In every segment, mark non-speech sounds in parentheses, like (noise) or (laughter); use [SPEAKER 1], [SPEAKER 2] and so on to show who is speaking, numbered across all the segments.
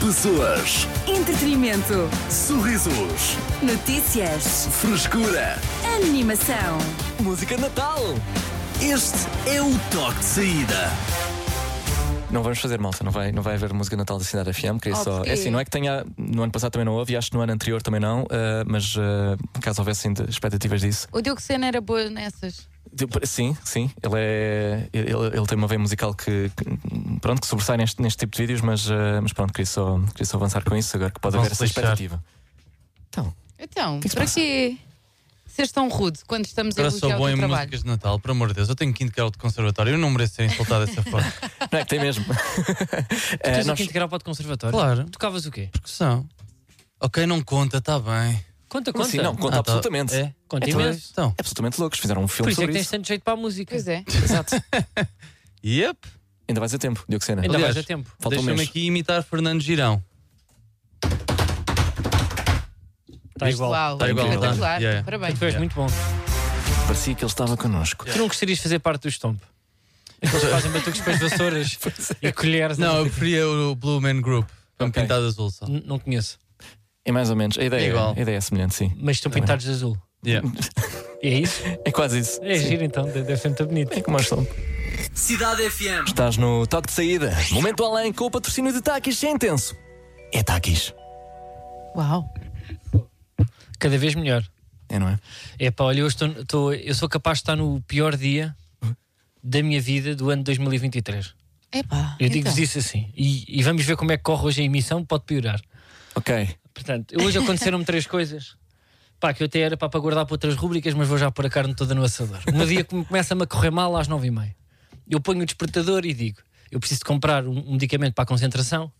[SPEAKER 1] Pessoas,
[SPEAKER 2] Entretenimento.
[SPEAKER 1] sorrisos,
[SPEAKER 2] Notícias.
[SPEAKER 1] frescura.
[SPEAKER 2] Animação.
[SPEAKER 3] Música de Natal!
[SPEAKER 1] Este é o toque de saída.
[SPEAKER 3] Não vamos fazer malta, não vai, não vai haver música de Natal da Cidade FM, queria
[SPEAKER 2] Oh,
[SPEAKER 3] só.
[SPEAKER 2] porquê?
[SPEAKER 3] É assim, não é que tenha. No ano passado também não houve e acho que no ano anterior também não, ah, mas ah, caso houvessem de- expectativas disso.
[SPEAKER 4] O Diogo Sena era boa nessas.
[SPEAKER 3] Tipo, Sim, sim, ele, é, ele, ele tem uma veia musical que, que, pronto, que sobressai neste, neste tipo de vídeos, mas, ah, mas pronto, queria só, queria só avançar com isso agora que pode
[SPEAKER 5] Vão
[SPEAKER 3] haver
[SPEAKER 5] se
[SPEAKER 3] essa
[SPEAKER 5] lixar.
[SPEAKER 3] expectativa. Então,
[SPEAKER 4] Então,
[SPEAKER 3] que se
[SPEAKER 4] para
[SPEAKER 3] passa?
[SPEAKER 4] quê seres tão rude quando estamos a
[SPEAKER 5] Agora sou
[SPEAKER 4] elogiar o
[SPEAKER 5] bom
[SPEAKER 4] teu
[SPEAKER 5] em
[SPEAKER 4] trabalho?
[SPEAKER 5] músicas de Natal, pelo amor de Deus. Eu tenho quinto grau de conservatório, eu não mereço ser insultado dessa
[SPEAKER 6] (laughs)
[SPEAKER 5] forma.
[SPEAKER 3] não é que tem mesmo. (laughs) Ah,
[SPEAKER 6] Tens
[SPEAKER 3] nós-
[SPEAKER 6] aqui integrar para o de conservatório?
[SPEAKER 5] Claro.
[SPEAKER 6] Tocavas o quê?
[SPEAKER 5] Percussão. Ok, não conta, está bem.
[SPEAKER 6] Conta,
[SPEAKER 3] Como
[SPEAKER 6] conta.
[SPEAKER 3] assim? Não, conta
[SPEAKER 5] Ah, tá.
[SPEAKER 3] absolutamente.
[SPEAKER 5] É?
[SPEAKER 6] Conta
[SPEAKER 5] Então é-
[SPEAKER 6] imenso.
[SPEAKER 5] Então.
[SPEAKER 3] É absolutamente loucos, fizeram um
[SPEAKER 6] Por
[SPEAKER 3] filme
[SPEAKER 6] isso é que
[SPEAKER 3] sobre
[SPEAKER 6] tens
[SPEAKER 3] isso.
[SPEAKER 6] tanto jeito para a música.
[SPEAKER 4] Pois é.
[SPEAKER 3] Exato.
[SPEAKER 5] Yep.
[SPEAKER 3] Ainda vais a tempo, Diogo Sena.
[SPEAKER 6] (laughs) Ainda
[SPEAKER 5] Aliás,
[SPEAKER 6] mais a tempo.
[SPEAKER 3] Falta um
[SPEAKER 5] Deixa-me
[SPEAKER 3] mês.
[SPEAKER 5] aqui imitar Fernando Girão.
[SPEAKER 6] Está igual.
[SPEAKER 4] Uau,
[SPEAKER 5] Tá igual, tá.
[SPEAKER 4] espetacular.
[SPEAKER 5] Yeah.
[SPEAKER 4] Parabéns.
[SPEAKER 6] Tu és muito bom.
[SPEAKER 3] Parecia que ele estava connosco.
[SPEAKER 6] Tu não gostarias de fazer parte do Stomp? Eles fazem batuques com as vassouras e colheres.
[SPEAKER 5] Não, eu preferia o Blue Man Group. Para me
[SPEAKER 3] Ok.
[SPEAKER 5] pintar de azul só.
[SPEAKER 6] N- não conheço.
[SPEAKER 3] É mais ou menos. A ideia,
[SPEAKER 5] É igual.
[SPEAKER 3] a ideia é semelhante, sim.
[SPEAKER 6] Mas estão pintados de azul.
[SPEAKER 5] Yeah.
[SPEAKER 6] É isso?
[SPEAKER 3] É quase isso.
[SPEAKER 6] É
[SPEAKER 3] Sim.
[SPEAKER 6] giro então, de- deve ser muito bonito.
[SPEAKER 3] É como nós somos.
[SPEAKER 1] Cidade FM.
[SPEAKER 3] Estás no toque de saída. Momento além com o patrocínio de Takis. Se É intenso. É Takis.
[SPEAKER 4] Uau.
[SPEAKER 6] Cada vez melhor.
[SPEAKER 3] É, não é?
[SPEAKER 6] É pá, olha, eu, estou, estou- eu sou capaz de estar no pior dia da minha vida do ano 2023.
[SPEAKER 4] Epá.
[SPEAKER 6] Eu digo-vos
[SPEAKER 4] então.
[SPEAKER 6] isso assim. E, e vamos ver como é que corre hoje a emissão, pode piorar.
[SPEAKER 3] Ok.
[SPEAKER 6] Portanto, hoje aconteceram-me três coisas. Pá, que eu até era pá, para guardar para outras rúbricas, mas vou já pôr a carne toda no assador. Um dia que me começa-me a correr mal às nove e meia. Eu ponho o despertador e digo: eu preciso de comprar um, um medicamento para a concentração,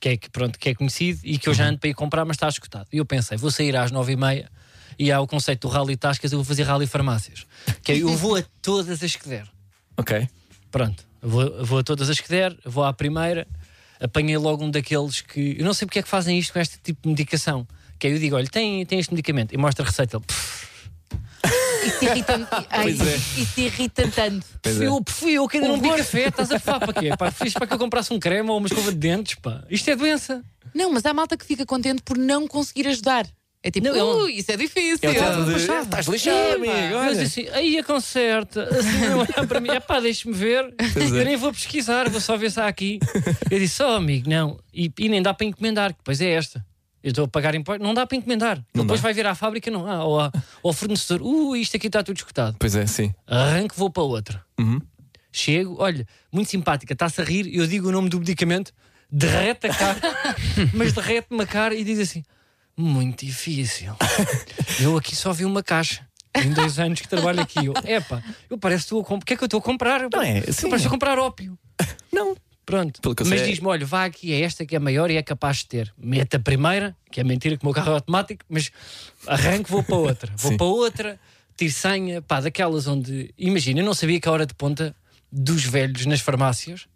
[SPEAKER 6] que é, que, pronto, que é conhecido e que eu já ando para ir comprar, mas está escutado. E eu pensei: vou sair às nove e meia e há o conceito do rally tascas, eu vou fazer rally farmácias. Que é, eu vou a todas as que der. É,
[SPEAKER 3] Ok.
[SPEAKER 6] Pronto, vou, vou a todas as que der, vou à primeira, apanhei logo um daqueles que. Eu não sei porque é que fazem isto com este tipo de medicação. Que aí eu digo, olha, tem, tem este medicamento e mostra a receita. Ele, "Pff,
[SPEAKER 4] Isso irrita-me.
[SPEAKER 6] (laughs)
[SPEAKER 4] Ai,
[SPEAKER 6] é.
[SPEAKER 4] Isso irrita tanto.
[SPEAKER 6] fui eu, fui eu que ainda não bebi café, um é, estás a falar para (laughs) quê? Pá, fiz para que eu comprasse um creme ou uma escova de dentes, pá. Isto é doença.
[SPEAKER 4] Não, mas há malta que fica contente por não conseguir ajudar. É tipo,
[SPEAKER 6] Não, tá eu-
[SPEAKER 4] "Ui, isso é difícil. tá
[SPEAKER 3] É o teatro de.
[SPEAKER 4] Mas,
[SPEAKER 3] É, Estás lixado, amigo.
[SPEAKER 6] Mas
[SPEAKER 3] Olha.
[SPEAKER 6] assim, aí a concerta, (laughs) assim, eu olhar para mim, é pá, deixe-me ver,
[SPEAKER 3] é.
[SPEAKER 6] eu nem vou pesquisar, vou só ver se há aqui. Eu disse, oh amigo, não, e, e nem dá para encomendar, que depois é esta. Eu estou a pagar impostos, não dá para encomendar.
[SPEAKER 3] Não
[SPEAKER 6] depois
[SPEAKER 3] dá.
[SPEAKER 6] vai vir à fábrica, não há, ou, à- ou ao fornecedor, uh, isto aqui está tudo escutado.
[SPEAKER 3] Pois é, sim.
[SPEAKER 6] Arranco, vou para outra.
[SPEAKER 3] Uhum.
[SPEAKER 6] Chego, olha, muito simpática, está-se a rir, eu digo o nome do medicamento, derrete
[SPEAKER 3] (laughs)
[SPEAKER 6] a cara, mas derrete-me a cara e diz assim: muito difícil. Eu aqui só vi uma caixa. Em dois anos que trabalho aqui, eu, epá, eu parece que estou a comprar. O que é que eu estou a comprar?
[SPEAKER 3] Não é?
[SPEAKER 6] Eu
[SPEAKER 3] Sim.
[SPEAKER 6] pareço a comprar ópio.
[SPEAKER 3] Não.
[SPEAKER 6] Pronto.
[SPEAKER 3] Pelo que eu
[SPEAKER 6] Mas
[SPEAKER 3] sei-
[SPEAKER 6] diz-me: olha, vá aqui, é esta que é maior e é capaz de ter. Mete a primeira, que é mentira que o meu carro é automático, mas arranco, vou para
[SPEAKER 3] (laughs)
[SPEAKER 6] outra. Vou
[SPEAKER 3] Sim.
[SPEAKER 6] para outra, tirsanha, pá, daquelas onde. Imagina, eu não sabia que a hora de ponta dos velhos nas farmácias,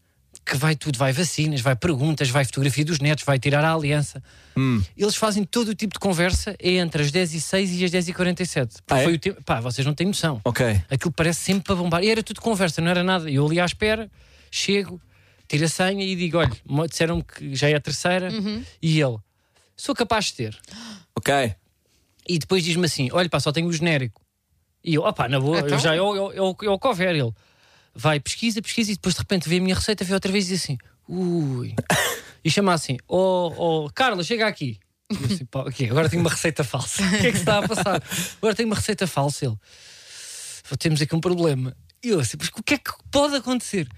[SPEAKER 6] que vai tudo, vai vacinas, vai perguntas, vai fotografia dos netos, vai tirar a aliança.
[SPEAKER 3] Hum.
[SPEAKER 6] Eles fazem todo o tipo de conversa é entre as 10 e 6 e as 10 e 47
[SPEAKER 3] Ah, é?
[SPEAKER 6] Foi o tempo. Pá, vocês não têm noção
[SPEAKER 3] Ok.
[SPEAKER 6] aquilo parece sempre para bombar. E era tudo conversa, não era nada. Eu ali à espera, chego, tiro a senha e digo: olha, mo- disseram-me que já é a terceira. E ele, sou capaz de ter.
[SPEAKER 3] Ok.
[SPEAKER 6] E depois diz-me assim: olha, pá, só tenho o genérico. E eu, opá, na boa,
[SPEAKER 4] Então?
[SPEAKER 6] eu já é o- é o é o que houver. Ele vai, pesquisa, pesquisa, e depois de repente vê a minha receita, vê outra vez e diz assim: ui. E chama assim: oh, oh, Carla, chega aqui. E eu assim, pá, ok, agora tenho uma receita falsa. (laughs) O que é que se está a passar? Agora tenho uma receita falsa. Ele, "Pô, temos aqui um problema. E eu assim, mas o que é que pode acontecer?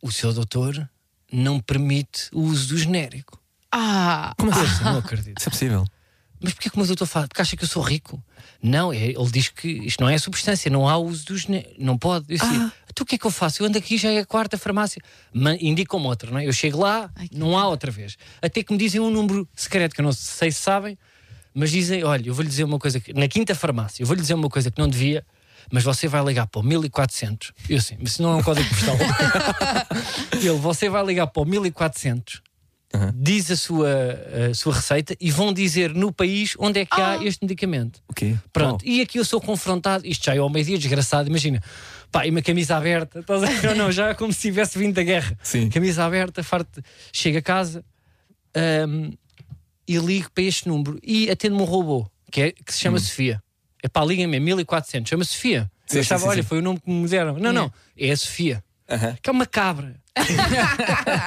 [SPEAKER 6] O seu doutor não permite o uso do genérico.
[SPEAKER 4] Ah,
[SPEAKER 6] Como assim? Não acredito.
[SPEAKER 3] Isso é possível.
[SPEAKER 6] Mas porquê que o meu doutor fala? Porque acha que eu sou rico? Não, é- ele diz que isto não é substância, não há uso dos. gene- Não pode. Eu disse, então o que é que eu faço? Eu ando aqui, já é a quarta farmácia. Ma- Indicam-me outra, não é? Eu chego lá, não há outra vez. Até que me dizem um número secreto que eu não sei se sabem, mas dizem: olha, eu vou-lhe dizer uma coisa. Que, na quinta farmácia, eu vou-lhe dizer uma coisa que não devia, mas você vai ligar para o 1400. Eu assim, mas isso não é um código postal. Ele, você vai ligar para o 1400 diz a sua, a sua receita e vão dizer no país onde é que
[SPEAKER 3] Ah.
[SPEAKER 6] há este medicamento.
[SPEAKER 3] Ok.
[SPEAKER 6] Pronto, e aqui eu sou confrontado, isto já é ao meio-dia, desgraçado, imagina, pá, e uma camisa aberta, estás a ver ou não? Já é como se tivesse vindo da guerra.
[SPEAKER 3] Sim.
[SPEAKER 6] Camisa aberta, farto, chega a casa, ahm, e ligo para este número e atendo-me um robô que, é- que se chama Sofia. É pá, liga-me, é 1400, chama Sofia.
[SPEAKER 3] Hum. Sim,
[SPEAKER 6] eu
[SPEAKER 3] sim,
[SPEAKER 6] estava,
[SPEAKER 3] sim,
[SPEAKER 6] olha,
[SPEAKER 3] sim. Hum.
[SPEAKER 6] foi o nome que me deram. Não, não, é a Sofia.
[SPEAKER 3] Aham.
[SPEAKER 6] Que é uma cabra.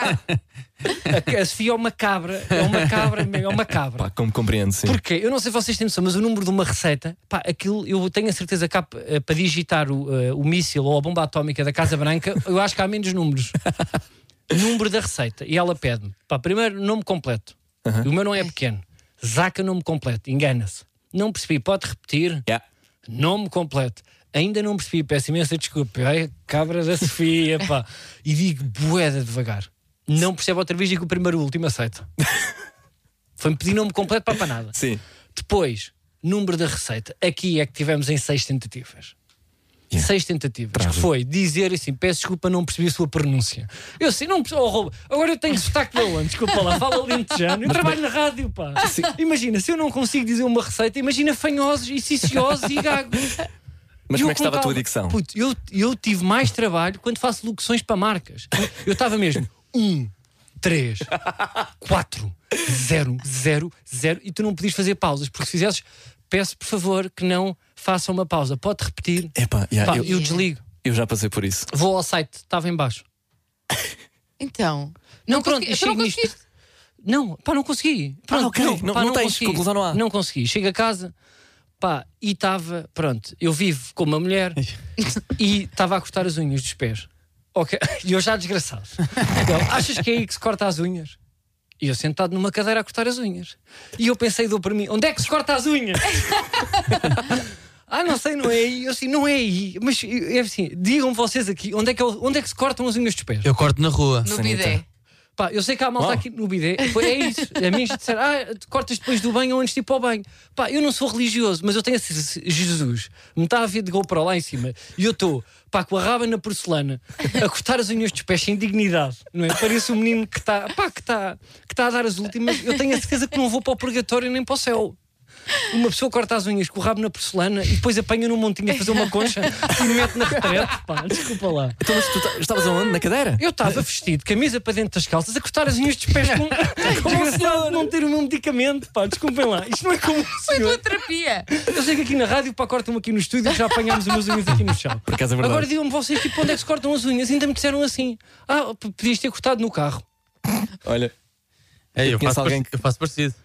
[SPEAKER 6] a, a Sofia é uma cabra, é uma cabra, é uma cabra.
[SPEAKER 3] Pá, como compreendo, sim.
[SPEAKER 6] Porquê? Eu não sei se vocês têm noção, mas o número de uma receita, pá, aquilo, eu tenho a certeza que há, eh, para digitar o, eh, o míssil ou a bomba atómica da Casa Branca, eu acho que há menos números. número da receita. E ela pede-me, pá, primeiro, nome completo. E O meu não é pequeno. Zaca nome completo, engana-se. Não percebi, pode repetir?
[SPEAKER 3] Yeah.
[SPEAKER 6] Nome completo. Ainda não percebi, peço imensa desculpa. Ai, cabra da Sofia, pá. E digo, boeda devagar. Não percebo outra vez, digo o primeiro, o último, aceito. Foi-me pedir nome completo para para nada.
[SPEAKER 3] Sim.
[SPEAKER 6] Depois, número da receita. Aqui é que tivemos em seis tentativas. Seis tentativas. Que foi dizer assim: peço desculpa, não percebi a sua pronúncia. Eu assim, não percebi. Oh, Rob, agora eu tenho sotaque de onde? Desculpa lá, fala lentejano. Eu trabalho na rádio, pá. Imagina, se eu não consigo dizer uma receita, imagina fanhosos e ciciosos e gagos.
[SPEAKER 3] Mas
[SPEAKER 6] E
[SPEAKER 3] como
[SPEAKER 6] eu
[SPEAKER 3] é que estava a tua
[SPEAKER 6] colocava-
[SPEAKER 3] dicção?
[SPEAKER 6] Puto, eu, eu tive mais trabalho quando faço locuções para marcas. Eu estava mesmo. Um, três, quatro, zero, zero, zero. E tu não podias fazer pausas, porque se fizesses, peço por favor que não façam uma pausa. Pode repetir.
[SPEAKER 3] Epá, yeah,
[SPEAKER 6] Pá, eu,
[SPEAKER 3] É, eu,
[SPEAKER 6] desligo.
[SPEAKER 3] eu já passei por isso.
[SPEAKER 6] Vou ao site, estava em baixo.
[SPEAKER 4] Então.
[SPEAKER 6] Não, pronto,
[SPEAKER 4] consegui-
[SPEAKER 6] chego
[SPEAKER 4] então não
[SPEAKER 6] nisto.
[SPEAKER 4] conseguiste.
[SPEAKER 6] Não, pá, não consegui. Pronto,
[SPEAKER 3] Ah, ok. Não- não tens, conclusão não há.
[SPEAKER 6] Não consegui. Chego a casa, pá, e estava, pronto, eu vivo com uma mulher
[SPEAKER 3] (laughs)
[SPEAKER 6] (laughs) e estava a cortar as unhas dos pés. Ok, (laughs) e eu já desgraçado. Então, achas que é aí que se corta as unhas? E eu sentado numa cadeira a cortar as unhas. E eu pensei, dou para mim, onde é que se corta as unhas? (laughs) ah, não sei, não é aí. Eu assim, não é aí. Mas é assim, digam vocês aqui, onde é que, eu- onde é que se cortam as unhas dos pés?
[SPEAKER 5] Eu corto na rua.
[SPEAKER 4] No
[SPEAKER 3] Sanita.
[SPEAKER 4] bidé.
[SPEAKER 6] Pá, eu sei que há malta
[SPEAKER 3] Uau.
[SPEAKER 6] aqui no bidé. Foi, é isso. Amigos disseram, ah, tu cortas depois do banho ou antes de ir para o banho. Pá, eu não sou religioso, mas eu tenho a certeza- Jesus. Me está a ver de GoPro lá em cima. E eu estou, pá, com a raba na porcelana, a cortar as unhas dos pés sem dignidade. Não é? Parece um menino que está, pá, que está que está a dar as últimas. Eu tenho a certeza que não vou para o purgatório nem para o céu. Uma pessoa corta as unhas com o rabo na porcelana e depois apanha num montinho a fazer uma concha e mete na retrete, pá, desculpa lá.
[SPEAKER 3] Então, mas tu ta- estavas aonde? Na cadeira?
[SPEAKER 6] Eu estava vestido, camisa para dentro das calças, a cortar as unhas dos pés com desgraçado de não ter o meu medicamento. Pá, desculpem lá, isto não é como o
[SPEAKER 4] Foi tua
[SPEAKER 6] senhor.
[SPEAKER 4] terapia.
[SPEAKER 6] Eu sei que aqui na rádio, pá, cortam aqui no estúdio, já apanhámos umas unhas aqui no chão.
[SPEAKER 3] Por acaso é verdade.
[SPEAKER 6] Agora digam-me vocês, tipo, onde é que se cortam as unhas? Ainda me disseram assim: ah, p- podias ter cortado no carro.
[SPEAKER 3] Olha,
[SPEAKER 5] É, eu,
[SPEAKER 3] Conheço
[SPEAKER 5] faço
[SPEAKER 3] alguém
[SPEAKER 5] parecido, eu faço parecido.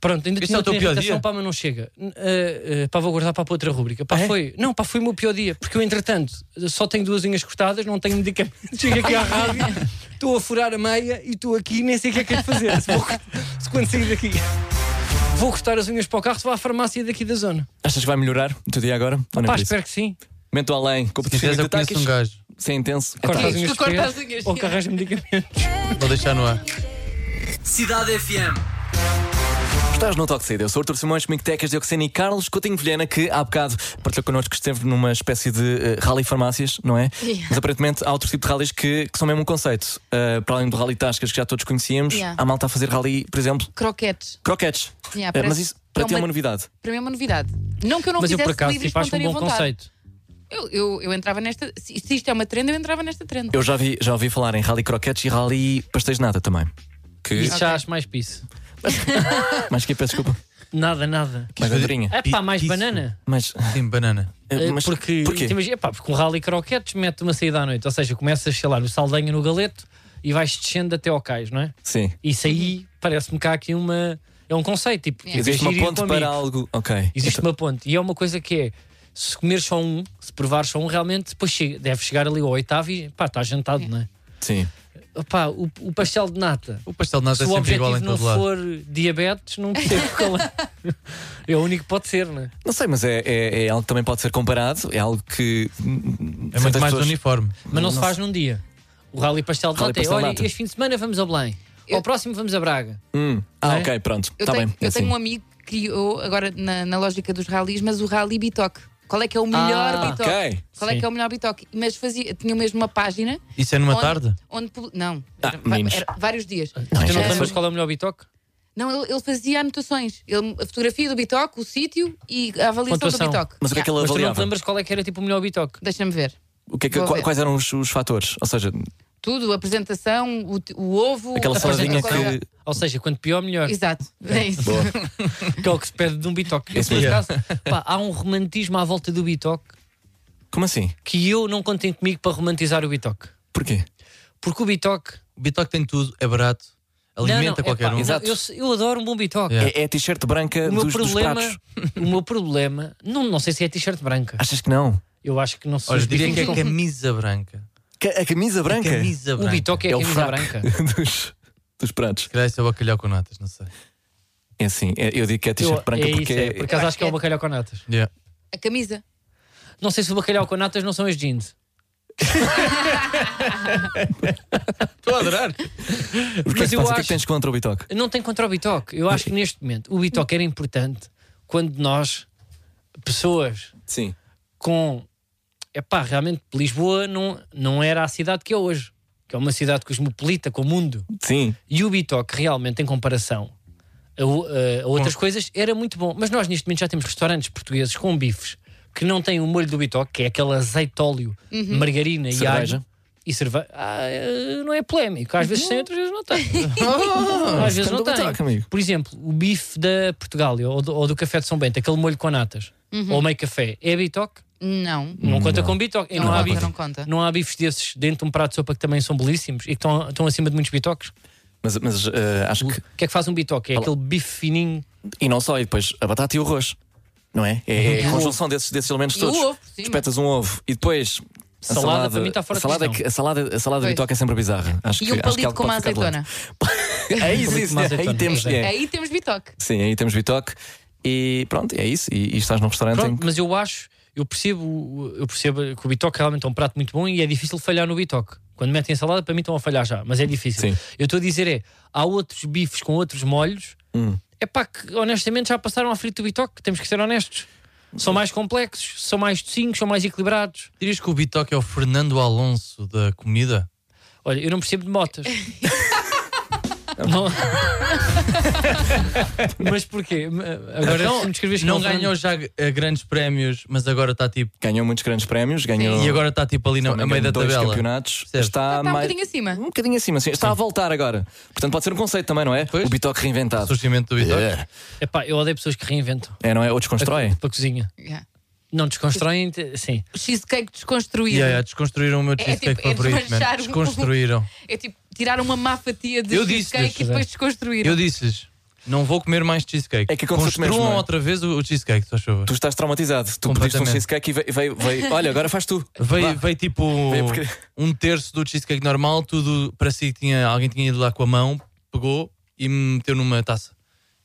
[SPEAKER 6] Pronto, ainda
[SPEAKER 5] Este
[SPEAKER 6] tinha
[SPEAKER 5] é o teu
[SPEAKER 6] outra
[SPEAKER 5] pior
[SPEAKER 6] irritação,
[SPEAKER 5] dia?
[SPEAKER 6] pá, mas não chega. N- ah, ah, pá, vou guardar para a outra rúbrica. Pá,
[SPEAKER 3] Ah, é?
[SPEAKER 6] foi. Não, pá, foi o meu pior dia. Porque eu, entretanto, só tenho duas unhas cortadas, não tenho medicamento. (laughs) Chego aqui à rádio, estou a furar a meia e estou aqui e nem sei o que é que é de fazer. Se, vou, se quando sair daqui vou cortar as unhas para o carro, se vou à farmácia daqui da zona.
[SPEAKER 3] achas que vai melhorar o teu dia agora? Ou nem
[SPEAKER 6] Pá,
[SPEAKER 3] por isso?
[SPEAKER 6] espero que sim.
[SPEAKER 3] Momento além,
[SPEAKER 5] Se quiseres,
[SPEAKER 3] competitividade
[SPEAKER 5] eu
[SPEAKER 3] de
[SPEAKER 5] conheço um
[SPEAKER 3] ataques,
[SPEAKER 5] gajo.
[SPEAKER 3] sem é intenso.
[SPEAKER 6] Corta
[SPEAKER 3] Epá,
[SPEAKER 6] as unhas,
[SPEAKER 4] Tu corta
[SPEAKER 6] de
[SPEAKER 4] as unhas,
[SPEAKER 6] Ou
[SPEAKER 4] sim.
[SPEAKER 6] que arranje medicamento.
[SPEAKER 5] Vou deixar no ar.
[SPEAKER 1] Cidade FM.
[SPEAKER 3] Estás no Toque de Saída. Eu sou Artur Simões, comigo Tecas, Dioxena e Carlos Coutinho Vilhena, que há bocado partilhou connosco que esteve numa espécie de eh, rally farmácias, não é?
[SPEAKER 4] Yeah.
[SPEAKER 3] Mas aparentemente há outro tipo de rallies que, que são mesmo um conceito. Eh, para além do rally tascas que já todos conhecíamos,
[SPEAKER 4] Yeah.
[SPEAKER 3] há malta a fazer rally, por exemplo,
[SPEAKER 4] Croquetes.
[SPEAKER 3] croquetes.
[SPEAKER 4] Yeah,
[SPEAKER 3] Eh,
[SPEAKER 4] parece-
[SPEAKER 3] mas isso para
[SPEAKER 4] é
[SPEAKER 3] ti é
[SPEAKER 4] uma-
[SPEAKER 3] uma novidade.
[SPEAKER 4] Para mim é uma novidade. Não que eu não
[SPEAKER 6] Mas eu,
[SPEAKER 4] fizesse
[SPEAKER 6] por acaso,
[SPEAKER 4] livre e
[SPEAKER 6] tipo, acho um
[SPEAKER 4] espontânea
[SPEAKER 6] bom
[SPEAKER 4] vontade.
[SPEAKER 6] conceito.
[SPEAKER 4] Eu, eu, eu entrava nesta. Se se isto é uma trend, eu entrava nesta trend.
[SPEAKER 3] Eu já, vi, já ouvi falar em rally croquetes e rally pastéis de nata também.
[SPEAKER 6] E
[SPEAKER 3] Que...
[SPEAKER 6] Isso já acho mais piso.
[SPEAKER 3] Mas que peço desculpa.
[SPEAKER 6] Nada, nada.
[SPEAKER 3] Mais andorinha.
[SPEAKER 6] É pá, mais
[SPEAKER 5] Isso.
[SPEAKER 6] banana.
[SPEAKER 3] Mas,
[SPEAKER 5] Sim, banana.
[SPEAKER 3] eh, mas
[SPEAKER 6] porque,
[SPEAKER 3] porquê?
[SPEAKER 6] te imagina- epá, porque um rally croquetes mete uma saída à noite, ou seja, começas, sei lá, no Saldanha, no Galeto e vais descendo até ao cais, não é?
[SPEAKER 3] Sim.
[SPEAKER 6] Isso aí parece-me cá aqui uma. Uhum. É um conceito, tipo, em vez
[SPEAKER 3] Existe
[SPEAKER 6] de
[SPEAKER 3] uma
[SPEAKER 6] ir
[SPEAKER 3] ponte
[SPEAKER 6] com
[SPEAKER 3] para
[SPEAKER 6] amigos,
[SPEAKER 3] algo. Ok. então,
[SPEAKER 6] Existe uma ponte. E é uma coisa que é: se comer só um, se provar só um, realmente depois chega- deve chegar ali ao oitavo e pá, está jantado, não é?
[SPEAKER 3] Sim.
[SPEAKER 6] Opá, o, o pastel de nata.
[SPEAKER 5] O pastel de nata
[SPEAKER 6] Se
[SPEAKER 5] é
[SPEAKER 6] o
[SPEAKER 5] sempre igual
[SPEAKER 6] objetivo
[SPEAKER 5] em
[SPEAKER 6] não
[SPEAKER 5] todo lado.
[SPEAKER 6] for diabetes, não percebo qual (laughs) é. É o único que pode ser, não é?
[SPEAKER 3] Não sei, mas é, é, é algo que também pode ser comparado, é algo que. hum,
[SPEAKER 5] É muito
[SPEAKER 3] certas
[SPEAKER 5] mais
[SPEAKER 3] pessoas-
[SPEAKER 5] uniforme.
[SPEAKER 6] Mas não se faz num dia. O Rally Pastel de
[SPEAKER 3] Rally
[SPEAKER 6] Nata é,
[SPEAKER 3] pastel de
[SPEAKER 6] olha,
[SPEAKER 3] nata.
[SPEAKER 6] este fim de semana vamos a Belém.
[SPEAKER 4] Eu-
[SPEAKER 6] Ao próximo vamos a Braga.
[SPEAKER 3] Hum. Ah,
[SPEAKER 6] É?
[SPEAKER 3] ok, pronto.
[SPEAKER 4] Eu,
[SPEAKER 3] Está
[SPEAKER 4] tenho,
[SPEAKER 3] bem.
[SPEAKER 4] eu
[SPEAKER 3] assim.
[SPEAKER 4] tenho um amigo que criou, agora na, na lógica dos rallies, mas o rally Bitoque. Qual é que é o melhor
[SPEAKER 6] Ah,
[SPEAKER 4] Bitoque?
[SPEAKER 3] Ok.
[SPEAKER 4] Qual é
[SPEAKER 6] Sim.
[SPEAKER 4] que é o melhor Bitoque? Mas fazia, tinha mesmo uma página.
[SPEAKER 5] Isso é numa
[SPEAKER 4] onde,
[SPEAKER 5] tarde?
[SPEAKER 4] Onde, pu- não,
[SPEAKER 3] Ah,
[SPEAKER 4] era-
[SPEAKER 3] meninos.
[SPEAKER 4] era vários dias.
[SPEAKER 3] Não,
[SPEAKER 6] tu
[SPEAKER 3] isto
[SPEAKER 6] não
[SPEAKER 3] é-
[SPEAKER 6] te lembras qual é o melhor bitoque?
[SPEAKER 4] Não, ele, ele fazia anotações. Ele, a fotografia do Bitoque, o sítio e a avaliação
[SPEAKER 6] Pontuação.
[SPEAKER 4] do Bitoque.
[SPEAKER 3] Mas o que é que ele
[SPEAKER 6] Mas tu não te
[SPEAKER 3] avaliava?
[SPEAKER 6] lembras qual é que era tipo o melhor bitoque?
[SPEAKER 4] Deixa-me ver.
[SPEAKER 3] O que é que-
[SPEAKER 4] Vou
[SPEAKER 3] qua-
[SPEAKER 4] ver.
[SPEAKER 3] quais eram os, os fatores? Ou seja,
[SPEAKER 4] Tudo, a apresentação, o, t- o ovo,
[SPEAKER 3] Aquela
[SPEAKER 4] a
[SPEAKER 3] saladinha
[SPEAKER 4] apresentação-
[SPEAKER 3] que.
[SPEAKER 6] Ou seja, quanto pior, melhor.
[SPEAKER 4] Exato, é isso.
[SPEAKER 3] Boa.
[SPEAKER 6] Que é o que se perde de um bitoque. Eu,
[SPEAKER 3] Isso
[SPEAKER 6] por
[SPEAKER 3] mesmo.
[SPEAKER 6] acaso, pá, há um romantismo à volta do bitoque
[SPEAKER 3] Como assim?
[SPEAKER 6] que eu não contei comigo para romantizar o bitoque.
[SPEAKER 3] Porquê?
[SPEAKER 6] Porque o bitoque.
[SPEAKER 5] O Bitoque tem tudo, é barato, alimenta
[SPEAKER 6] Não, é não,
[SPEAKER 5] qualquer
[SPEAKER 6] epá,
[SPEAKER 5] um.
[SPEAKER 3] exato.
[SPEAKER 6] Eu, eu- eu adoro um bom bitoque.
[SPEAKER 5] Yeah.
[SPEAKER 3] É, é a t-shirt branca
[SPEAKER 6] O meu
[SPEAKER 3] dos, dos
[SPEAKER 6] problema,
[SPEAKER 3] pratos.
[SPEAKER 6] o meu problema, não, não sei se é t-shirt branca.
[SPEAKER 3] Achas que não?
[SPEAKER 6] Eu acho que não sei.
[SPEAKER 5] Olha,
[SPEAKER 6] os
[SPEAKER 5] diria que é
[SPEAKER 6] bifinhos são-
[SPEAKER 5] camisa branca.
[SPEAKER 3] Ca- a camisa branca?
[SPEAKER 5] Camisa
[SPEAKER 6] o
[SPEAKER 5] branca.
[SPEAKER 6] bitoque é,
[SPEAKER 3] É
[SPEAKER 6] a
[SPEAKER 3] o
[SPEAKER 6] camisa
[SPEAKER 3] fraco
[SPEAKER 6] branca.
[SPEAKER 3] (laughs) dos, dos pratos.
[SPEAKER 5] Se calhar isso é bacalhau com natas, não sei.
[SPEAKER 3] É assim, é- eu digo que é t-shirt
[SPEAKER 6] Eu-
[SPEAKER 3] branca
[SPEAKER 6] é
[SPEAKER 3] porque
[SPEAKER 6] isso, é, por acaso acho que é o bacalhau com natas.
[SPEAKER 5] Yeah.
[SPEAKER 4] A camisa.
[SPEAKER 6] Não sei se o bacalhau com natas não são as (laughs) jeans.
[SPEAKER 5] Estou a adorar.
[SPEAKER 3] Porque é
[SPEAKER 6] Mas
[SPEAKER 3] que
[SPEAKER 6] eu
[SPEAKER 3] passa? O que é que
[SPEAKER 6] acho-
[SPEAKER 3] tens contra o bitoque?
[SPEAKER 6] Eu Não tem contra o bitoque. Eu acho que neste momento o bitoque era importante quando nós, pessoas
[SPEAKER 3] Sim.
[SPEAKER 6] com. Epá, realmente Lisboa não, não era a cidade que é hoje, que é uma cidade cosmopolita com o mundo.
[SPEAKER 3] Sim.
[SPEAKER 6] E o Bitoque, realmente, em comparação a, o- a- a outras coisas, era muito bom. Mas nós, neste momento, já temos restaurantes portugueses com bifes que não têm o molho do Bitoque, que é aquele azeite de óleo,
[SPEAKER 4] Uhum.
[SPEAKER 6] margarina
[SPEAKER 3] Cerveja.
[SPEAKER 6] e alho. E cerveja. Ah, eh, não é polémico. Às vezes tem, outras
[SPEAKER 3] (laughs)
[SPEAKER 6] vezes não tem. Às vezes não
[SPEAKER 3] Oh! é do Bitoque,
[SPEAKER 6] tem.
[SPEAKER 3] amigo.
[SPEAKER 6] Por exemplo, o bife da Portugália ou do, ou do Café de São Bento, aquele molho com natas,
[SPEAKER 4] Uhum.
[SPEAKER 6] ou meio café, é Bitoque?
[SPEAKER 4] Não.
[SPEAKER 6] Não
[SPEAKER 3] Hum,
[SPEAKER 6] conta com Bitoque. E
[SPEAKER 4] Não
[SPEAKER 6] não, há
[SPEAKER 4] conta,
[SPEAKER 6] bife-
[SPEAKER 4] não conta.
[SPEAKER 6] não há bifes desses dentro de um prato de sopa que também são belíssimos e que estão, estão acima de muitos Bitoques.
[SPEAKER 3] Mas, mas eh, acho que.
[SPEAKER 6] O que é que faz um bitoque? É aquele bife fininho.
[SPEAKER 3] E não só, e depois a batata e o arroz. Não é? É a conjunção desses, desses elementos
[SPEAKER 4] E o
[SPEAKER 3] todos.
[SPEAKER 4] ovo, por cima.
[SPEAKER 3] Espetas um ovo e depois. a
[SPEAKER 6] Salada, para mim, está
[SPEAKER 3] a
[SPEAKER 6] fora de
[SPEAKER 3] salada, é
[SPEAKER 6] questão.
[SPEAKER 3] que- a salada, a salada
[SPEAKER 4] Pois.
[SPEAKER 3] bitoca é sempre bizarra. Acho
[SPEAKER 4] E
[SPEAKER 3] que,
[SPEAKER 4] um
[SPEAKER 3] acho que é
[SPEAKER 4] palito
[SPEAKER 3] algo
[SPEAKER 4] com uma
[SPEAKER 3] que pode ficar de
[SPEAKER 4] azeitona.
[SPEAKER 3] lado. (laughs) é isso,
[SPEAKER 6] Um palito
[SPEAKER 3] isso,
[SPEAKER 6] com uma
[SPEAKER 3] é, aí
[SPEAKER 6] azeitona.
[SPEAKER 3] temos.
[SPEAKER 6] É.
[SPEAKER 3] é.
[SPEAKER 4] Aí temos bitoque.
[SPEAKER 3] Sim, aí temos bitoque. E pronto, é isso. E, e estás num restaurante. em
[SPEAKER 6] Pronto,
[SPEAKER 3] que-
[SPEAKER 6] mas eu acho, eu percebo, eu percebo que o bitoque realmente é um prato muito bom e é difícil falhar no bitoque. Quando metem a salada, para mim estão a falhar já, mas é difícil.
[SPEAKER 3] Sim.
[SPEAKER 6] Eu estou a dizer é, há outros bifes com outros molhos,
[SPEAKER 3] Hum.
[SPEAKER 6] é pá, que honestamente já passaram à frente do bitoque, temos que ser honestos. São mais complexos, são mais docinhos, são mais equilibrados.
[SPEAKER 5] Dirias que o Bitoque é o Fernando Alonso da comida?
[SPEAKER 6] Olha, eu não percebo de
[SPEAKER 3] (laughs)
[SPEAKER 6] motas. Não- (laughs) mas porquê? Agora
[SPEAKER 5] Então,
[SPEAKER 6] se me descreves que é
[SPEAKER 5] não
[SPEAKER 6] um fenómeno-
[SPEAKER 5] ganhou já eh, grandes prémios, mas agora está tipo.
[SPEAKER 3] Ganhou muitos grandes prémios, ganhou.
[SPEAKER 5] E agora está tipo ali na,
[SPEAKER 3] se não me
[SPEAKER 5] a meio da
[SPEAKER 3] engano, dois
[SPEAKER 5] tabela.
[SPEAKER 3] campeonatos.
[SPEAKER 5] Percebes?
[SPEAKER 3] Está,
[SPEAKER 4] Está um
[SPEAKER 3] mais-
[SPEAKER 4] bocadinho acima.
[SPEAKER 3] Um bocadinho acima, sim. Está a voltar agora. Portanto, pode ser um conceito também, não é?
[SPEAKER 5] Pois.
[SPEAKER 3] O bitoque
[SPEAKER 5] O
[SPEAKER 3] reinventado.
[SPEAKER 5] surgimento do Bitoque.
[SPEAKER 3] É.
[SPEAKER 6] Epá, eu odeio pessoas que reinventam
[SPEAKER 3] É, não é? Ou desconstroem.
[SPEAKER 6] para a cozinha.
[SPEAKER 4] Yeah.
[SPEAKER 6] Não desconstroem, te- sim.
[SPEAKER 4] O cheesecake desconstruído.
[SPEAKER 5] Yeah, yeah, desconstruíram o meu cheesecake
[SPEAKER 4] tipo, é
[SPEAKER 5] favorito, man.
[SPEAKER 4] desmanchar um-
[SPEAKER 5] Desconstruíram.
[SPEAKER 4] É tipo tirar uma má fatia de
[SPEAKER 5] Eu disse-lhes,
[SPEAKER 4] cheesecake e depois desconstruir.
[SPEAKER 5] Eu disse-lhes: não vou comer mais cheesecake.
[SPEAKER 3] É que aconteceu-te
[SPEAKER 5] Construam
[SPEAKER 3] mesmo, não é?
[SPEAKER 5] outra vez o, o cheesecake, se faz favor.
[SPEAKER 3] Tu estás traumatizado. Tu pediste um
[SPEAKER 5] Completamente.
[SPEAKER 3] cheesecake e veio, veio,
[SPEAKER 5] (laughs)
[SPEAKER 3] veio- Olha, agora faz tu. Vá.
[SPEAKER 5] Veio, veio tipo
[SPEAKER 3] É Veio porque-
[SPEAKER 5] um terço do cheesecake normal, tudo para si que tinha, alguém tinha ido lá com a mão, pegou e me meteu numa taça.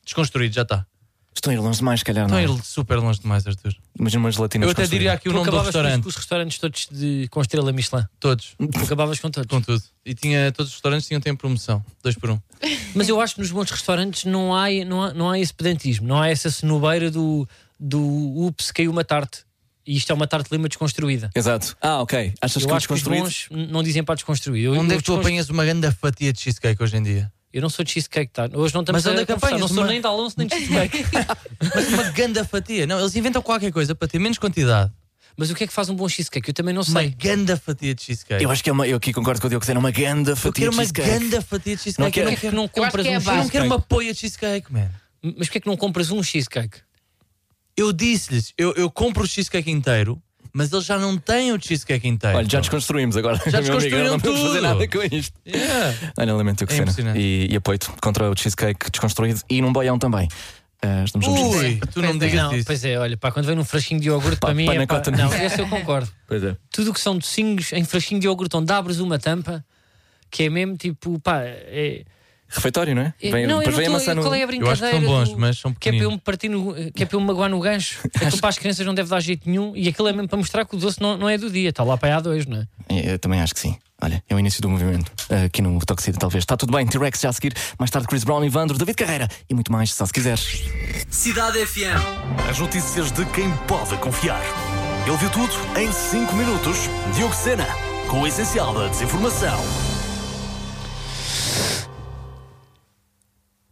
[SPEAKER 5] Desconstruído, já está.
[SPEAKER 3] Estão a ir longe demais, se calhar, não.
[SPEAKER 5] Estão
[SPEAKER 3] é?
[SPEAKER 5] a ir super longe demais, Arthur.
[SPEAKER 3] Imagina uma gelatina
[SPEAKER 5] Eu até
[SPEAKER 3] desconstruída.
[SPEAKER 5] diria aqui o
[SPEAKER 6] tu
[SPEAKER 5] nome do
[SPEAKER 6] acabavas com os-
[SPEAKER 5] restaurante.
[SPEAKER 6] com os restaurantes todos de, com estrela
[SPEAKER 5] (laughs)
[SPEAKER 6] Michelin.
[SPEAKER 5] Todos,
[SPEAKER 6] Tu acabavas com todos.
[SPEAKER 5] com tudo. E tinha, todos os restaurantes tinham tempo promoção. Dois por um.
[SPEAKER 6] Mas eu acho que nos bons restaurantes não há, não há, não há esse pedantismo, não há essa cenobeira do, do ups, caiu uma tarte. E isto é uma tarte de lima desconstruída.
[SPEAKER 3] Exato. Ah, ok. Achas
[SPEAKER 6] Eu
[SPEAKER 3] que o
[SPEAKER 6] acho que os
[SPEAKER 3] desconstruído.
[SPEAKER 6] bons n- não dizem para desconstruir. Eu,
[SPEAKER 5] Onde
[SPEAKER 6] eu
[SPEAKER 5] é que tu
[SPEAKER 6] desconstru-
[SPEAKER 5] apanhas uma grande fatia de cheesecake hoje em dia?
[SPEAKER 6] Eu não sou de cheesecake, tá? Hoje não estamos
[SPEAKER 5] Mas onde
[SPEAKER 6] a
[SPEAKER 5] é que
[SPEAKER 6] conversar,
[SPEAKER 5] apanhas
[SPEAKER 6] Não sou
[SPEAKER 5] uma-
[SPEAKER 6] nem de Alonso nem de cheesecake.
[SPEAKER 5] (laughs)
[SPEAKER 6] (laughs)
[SPEAKER 5] Mas uma grande fatia. Não, eles inventam qualquer coisa para ter menos quantidade.
[SPEAKER 6] Mas o que é que faz um bom cheesecake? Eu também não
[SPEAKER 5] Uma
[SPEAKER 6] sei.
[SPEAKER 5] grande fatia de cheesecake.
[SPEAKER 3] Eu acho que é uma. Eu aqui concordo com o Diogo que era uma grande
[SPEAKER 5] Eu
[SPEAKER 3] fatia
[SPEAKER 5] quero
[SPEAKER 3] de
[SPEAKER 5] uma
[SPEAKER 3] cheesecake.
[SPEAKER 5] grande fatia de cheesecake.
[SPEAKER 3] Não
[SPEAKER 5] Eu
[SPEAKER 3] quero-
[SPEAKER 5] não quero,
[SPEAKER 6] Não compras
[SPEAKER 4] que é
[SPEAKER 6] um
[SPEAKER 4] a
[SPEAKER 5] eu
[SPEAKER 4] base.
[SPEAKER 5] não quero uma poia de cheesecake, man.
[SPEAKER 6] Mas porquê é que não compras um cheesecake?
[SPEAKER 5] Eu disse-lhes, eu, eu compro o cheesecake inteiro, mas eles já não têm o cheesecake inteiro.
[SPEAKER 3] Olha, já desconstruímos agora. (laughs) Meu
[SPEAKER 5] Já
[SPEAKER 3] amigo, eu
[SPEAKER 5] desconstruíram
[SPEAKER 3] não podemos fazer
[SPEAKER 5] tudo.
[SPEAKER 3] nada com isto.
[SPEAKER 5] Yeah.
[SPEAKER 3] Olha, lamento o que
[SPEAKER 5] É
[SPEAKER 3] cena.
[SPEAKER 5] impressionante.
[SPEAKER 3] E, e apoio-te contra o cheesecake desconstruído e num boião também. Ah, estamos juntos. nisso.
[SPEAKER 5] Ui, tu não me digas
[SPEAKER 6] não,
[SPEAKER 5] isso.
[SPEAKER 6] Pois é, olha, pá, quando vem num frasquinho de iogurte, para mim.
[SPEAKER 3] pá,
[SPEAKER 6] É,
[SPEAKER 3] na
[SPEAKER 6] pá,
[SPEAKER 3] cota não.
[SPEAKER 6] não, esse eu concordo.
[SPEAKER 3] Pois é.
[SPEAKER 6] Tudo que são docinhos em frasquinho de iogurte, onde abres uma tampa, que é mesmo tipo, pá. É,
[SPEAKER 3] Refeitório, não é?
[SPEAKER 6] é-
[SPEAKER 3] Vem-
[SPEAKER 6] não, eu
[SPEAKER 3] depois
[SPEAKER 6] não
[SPEAKER 3] vem a
[SPEAKER 6] tô-
[SPEAKER 3] maçã no-
[SPEAKER 6] qual é a
[SPEAKER 5] Eu acho que
[SPEAKER 6] brincadeira?
[SPEAKER 5] são bons,
[SPEAKER 6] do-
[SPEAKER 5] mas são
[SPEAKER 6] que é para eu
[SPEAKER 5] pequeninos.
[SPEAKER 6] me partir no, que é para eu me magoar
[SPEAKER 3] (laughs)
[SPEAKER 6] no gancho. Aquilo para as crianças não deve dar jeito nenhum e aquilo é mesmo para mostrar que o doce não, não é do dia, está lá para aí há
[SPEAKER 5] (laughs)
[SPEAKER 6] dois, não é?
[SPEAKER 3] É, Eu também acho que sim. Olha, é o início do movimento. Ah, Aqui no Toxida, talvez. Está tudo bem. T-Rex já a seguir. Mais tarde, Chris Brown, Ivandro, David Carreira e muito mais, só se quiseres.
[SPEAKER 1] Cidade FM.
[SPEAKER 7] As notícias de quem pode confiar. Ele viu tudo em 5 minutos. Diogo Sena, com o essencial da desinformação.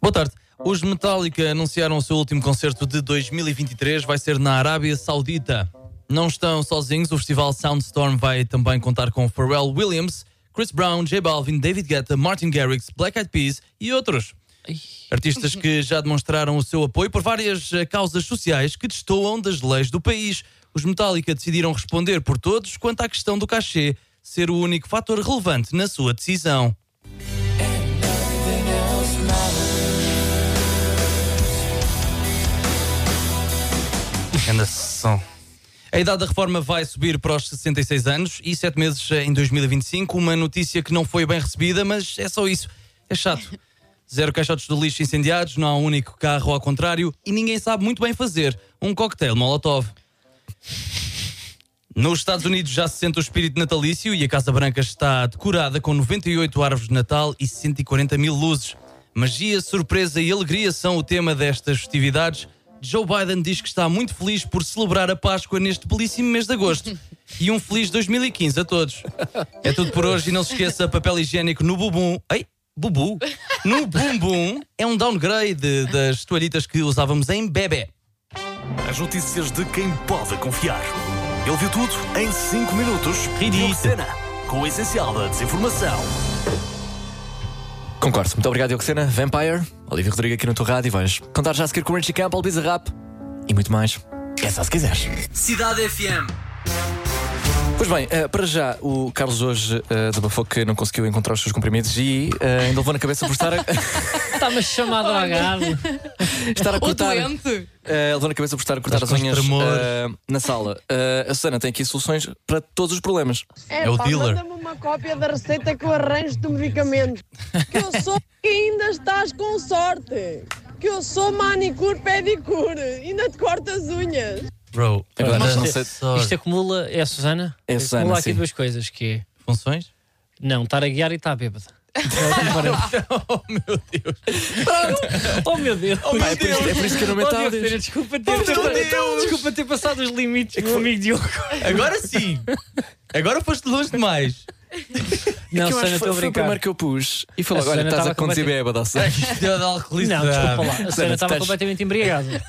[SPEAKER 5] Boa tarde. Os Metallica anunciaram o seu último concerto de 2023, vai ser na Arábia Saudita. Não estão sozinhos, o festival Soundstorm vai também contar com Pharrell Williams, Chris Brown, J Balvin, David Guetta, Martin Garrix, Black Eyed Peas e outros. Artistas que já demonstraram o seu apoio por várias eh, causas sociais que destoam das leis do país. Os Metallica decidiram responder por todos quanto à questão do cachê ser o único fator relevante na sua decisão. Anda É sessão. A idade da reforma vai subir para os 66 anos e 7 meses eh, em 2025. Uma notícia que não foi bem recebida, mas é só isso. É chato. Zero caixotes de lixo incendiados, não há um único carro ao contrário e ninguém sabe muito bem fazer um cocktail molotov. Nos Estados Unidos já se sente o espírito natalício e a Casa Branca está decorada com 98 árvores de Natal e 140 mil luzes. Magia, surpresa e alegria são o tema destas festividades. Joe Biden diz que está muito feliz por celebrar a Páscoa neste belíssimo mês de agosto. E um feliz 2015 a todos. É tudo por hoje e não se esqueça papel higiênico no bumbum. Ei, bubu? No bumbum é um downgrade das toalhitas que usávamos em bebê.
[SPEAKER 7] As notícias de quem pode confiar. Ele viu tudo em 5 minutos.
[SPEAKER 5] Ridículo.
[SPEAKER 7] Diogo Sena, com o essencial da desinformação.
[SPEAKER 3] Concordo. Muito obrigado, Diocena. Vampire, Olivia Rodrigo aqui no teu rádio e vais contar já a seguir com o Richie Campbell, Biza Rap e muito mais. É só se quiseres.
[SPEAKER 1] Cidade FM.
[SPEAKER 3] Pois bem, eh, para já, o Carlos hoje eh, desabafou que não conseguiu encontrar os seus comprimidos e eh, ainda levou na cabeça por (laughs) estar a,
[SPEAKER 6] Está-me Ah, tá, chamado ao gado.
[SPEAKER 3] estar a
[SPEAKER 4] Ou
[SPEAKER 3] cortar.
[SPEAKER 4] doente.
[SPEAKER 3] eh, levou na cabeça por estar a cortar
[SPEAKER 5] Mas
[SPEAKER 3] as
[SPEAKER 5] com
[SPEAKER 3] unhas
[SPEAKER 5] tremor.
[SPEAKER 3] eh, na sala. Eh, a Susana tem aqui soluções para todos os problemas.
[SPEAKER 8] É,
[SPEAKER 5] É o
[SPEAKER 8] pá,
[SPEAKER 5] dealer.
[SPEAKER 8] Manda-me uma cópia da receita que eu arranjo do medicamento. Que eu sou que ainda estás com sorte. Que eu sou manicure, pedicure. Ainda te corto as unhas.
[SPEAKER 5] Bro,
[SPEAKER 3] É verdade,
[SPEAKER 5] anda
[SPEAKER 3] não sei-
[SPEAKER 5] só-
[SPEAKER 6] Isto acumula. É a Susana?
[SPEAKER 3] É a Susana,
[SPEAKER 6] Acumula aqui
[SPEAKER 3] sim.
[SPEAKER 6] duas coisas: que é
[SPEAKER 5] Funções?
[SPEAKER 6] não estar a guiar e estar (laughs) bêbada. É
[SPEAKER 5] Oh meu Deus!
[SPEAKER 6] oh meu Deus!
[SPEAKER 3] Pá, é, por isso, é por isso que eu não me
[SPEAKER 6] Oh,
[SPEAKER 3] atado.
[SPEAKER 6] Diogo Pena, desculpa ter, desculpa ter passado os limites,
[SPEAKER 3] É
[SPEAKER 6] meu amigo Diogo.
[SPEAKER 5] Agora sim! Agora foste longe demais!
[SPEAKER 6] Não,
[SPEAKER 3] Que eu acho
[SPEAKER 6] Susana,
[SPEAKER 3] que foi,
[SPEAKER 6] estou a
[SPEAKER 3] foi o
[SPEAKER 6] brincar.
[SPEAKER 3] primeiro que eu pus e falou:
[SPEAKER 6] A
[SPEAKER 3] olha,
[SPEAKER 6] Susana
[SPEAKER 3] estás
[SPEAKER 6] estava
[SPEAKER 3] a conduzir
[SPEAKER 6] com
[SPEAKER 3] (laughs)
[SPEAKER 6] uma-
[SPEAKER 3] bêbada,
[SPEAKER 5] É
[SPEAKER 3] sabe?
[SPEAKER 5] que deu de alcoolizar.
[SPEAKER 6] Não, desculpa lá. A
[SPEAKER 3] Susana,
[SPEAKER 6] Susana estava
[SPEAKER 3] estás-
[SPEAKER 6] completamente embriagada.
[SPEAKER 4] (laughs)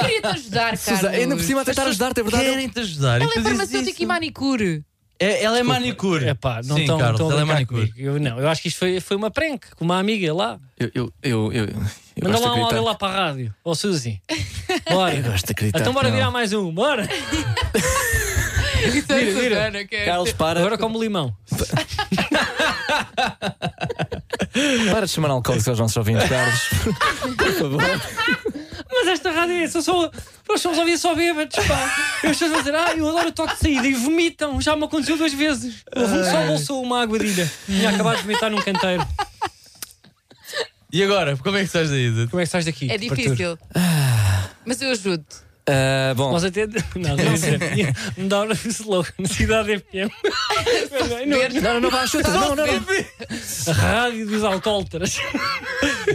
[SPEAKER 4] Queria-te ajudar, Carlos.
[SPEAKER 3] Susana, ainda por cima a tentar ajudar-te, é verdade?
[SPEAKER 5] Querem-te ajudar. e
[SPEAKER 4] Ela
[SPEAKER 5] tu
[SPEAKER 4] é
[SPEAKER 5] dizes
[SPEAKER 4] farmacêutica
[SPEAKER 5] isso.
[SPEAKER 3] (laughs)
[SPEAKER 4] e manicure.
[SPEAKER 5] É- ela é manicure.
[SPEAKER 6] É pá, não
[SPEAKER 5] Sim,
[SPEAKER 6] estão
[SPEAKER 5] Carlos,
[SPEAKER 6] a
[SPEAKER 5] ela é
[SPEAKER 6] brincar
[SPEAKER 5] manicure.
[SPEAKER 6] comigo. Eu, não, eu acho que isto foi, foi uma prank com uma amiga lá.
[SPEAKER 3] Eu, eu, eu, eu, eu
[SPEAKER 6] Manda
[SPEAKER 3] gosto de
[SPEAKER 6] lá um
[SPEAKER 3] acreditar.
[SPEAKER 6] áudio lá para a rádio. Ó Suzy.
[SPEAKER 3] (laughs)
[SPEAKER 6] Bora.
[SPEAKER 3] Eu gosto de acreditar.
[SPEAKER 6] Então bora
[SPEAKER 3] que não.
[SPEAKER 6] virar mais um. Bora.
[SPEAKER 4] Então,
[SPEAKER 6] Vira, vira.
[SPEAKER 4] Susana, que é-
[SPEAKER 3] Carlos, para,
[SPEAKER 6] Agora como limão.
[SPEAKER 3] para de chamar alcoólicos aos nossos ouvintes,
[SPEAKER 6] (laughs)
[SPEAKER 3] Carlos. Por favor.
[SPEAKER 6] Mas esta rádio é só, só nós somos ouvir só bêbados, pá. Eu estou a dizer, ah, eu adoro o toque de saída e vomitam. Já me aconteceu duas vezes. Houve um que só bolsou uma aguadilha. Tinha acabado de vomitar num canteiro.
[SPEAKER 5] E agora, como é que estás daí? Zé?
[SPEAKER 6] Como é que estás daqui?
[SPEAKER 4] É difícil. Mas eu ajudo.
[SPEAKER 3] Ah, bom,
[SPEAKER 6] Nós até. Não, é não sei. Me dá o slogan.
[SPEAKER 4] (laughs)
[SPEAKER 6] Cidade FM.
[SPEAKER 3] não, não, não vai chuta. Não, não, não.
[SPEAKER 6] A rádio dos alcoólatras.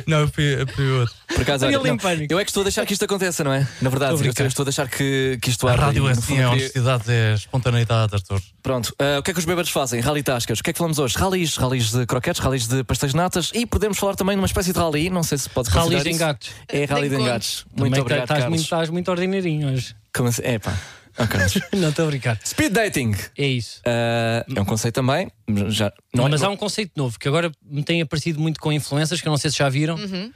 [SPEAKER 5] Não, eu fui, eu fui outro.
[SPEAKER 3] Por acaso,
[SPEAKER 6] Ele
[SPEAKER 3] olha, não.
[SPEAKER 6] em pânico.
[SPEAKER 3] eu é que estou a deixar que isto aconteça, não é? Na verdade,
[SPEAKER 6] Estou a
[SPEAKER 3] eu
[SPEAKER 6] brincar.
[SPEAKER 3] estou a deixar que, que isto
[SPEAKER 5] A
[SPEAKER 3] arde.
[SPEAKER 5] rádio é
[SPEAKER 3] E, no
[SPEAKER 5] assim,
[SPEAKER 3] fundo,
[SPEAKER 5] é
[SPEAKER 3] queria-
[SPEAKER 5] honestidade, é espontaneidade, Arthur.
[SPEAKER 3] Pronto, ah, o que é que os bêbados fazem? Rally tascas. O que é que falamos hoje? Ralis, ralis de croquetes, ralis de pastéis de natas e podemos falar também de uma espécie de rally, não sei se pode
[SPEAKER 6] Ralis
[SPEAKER 3] considerar
[SPEAKER 6] de
[SPEAKER 3] isso.
[SPEAKER 6] engates.
[SPEAKER 3] É rally de
[SPEAKER 4] De encontros.
[SPEAKER 3] engates. Muito
[SPEAKER 6] Também
[SPEAKER 3] obrigado,
[SPEAKER 6] estás
[SPEAKER 3] Carlos.
[SPEAKER 6] muito, estás muito ordinarinho hoje.
[SPEAKER 3] Como assim? É pá. Ó, Carlos.
[SPEAKER 6] Não estou a brincar.
[SPEAKER 3] (laughs) Speed dating.
[SPEAKER 6] É isso.
[SPEAKER 3] Ah, é um conceito também. Já, não é-
[SPEAKER 6] Mas há um conceito novo que agora me tem aparecido muito com influências que eu não sei se já viram,
[SPEAKER 4] Uhum.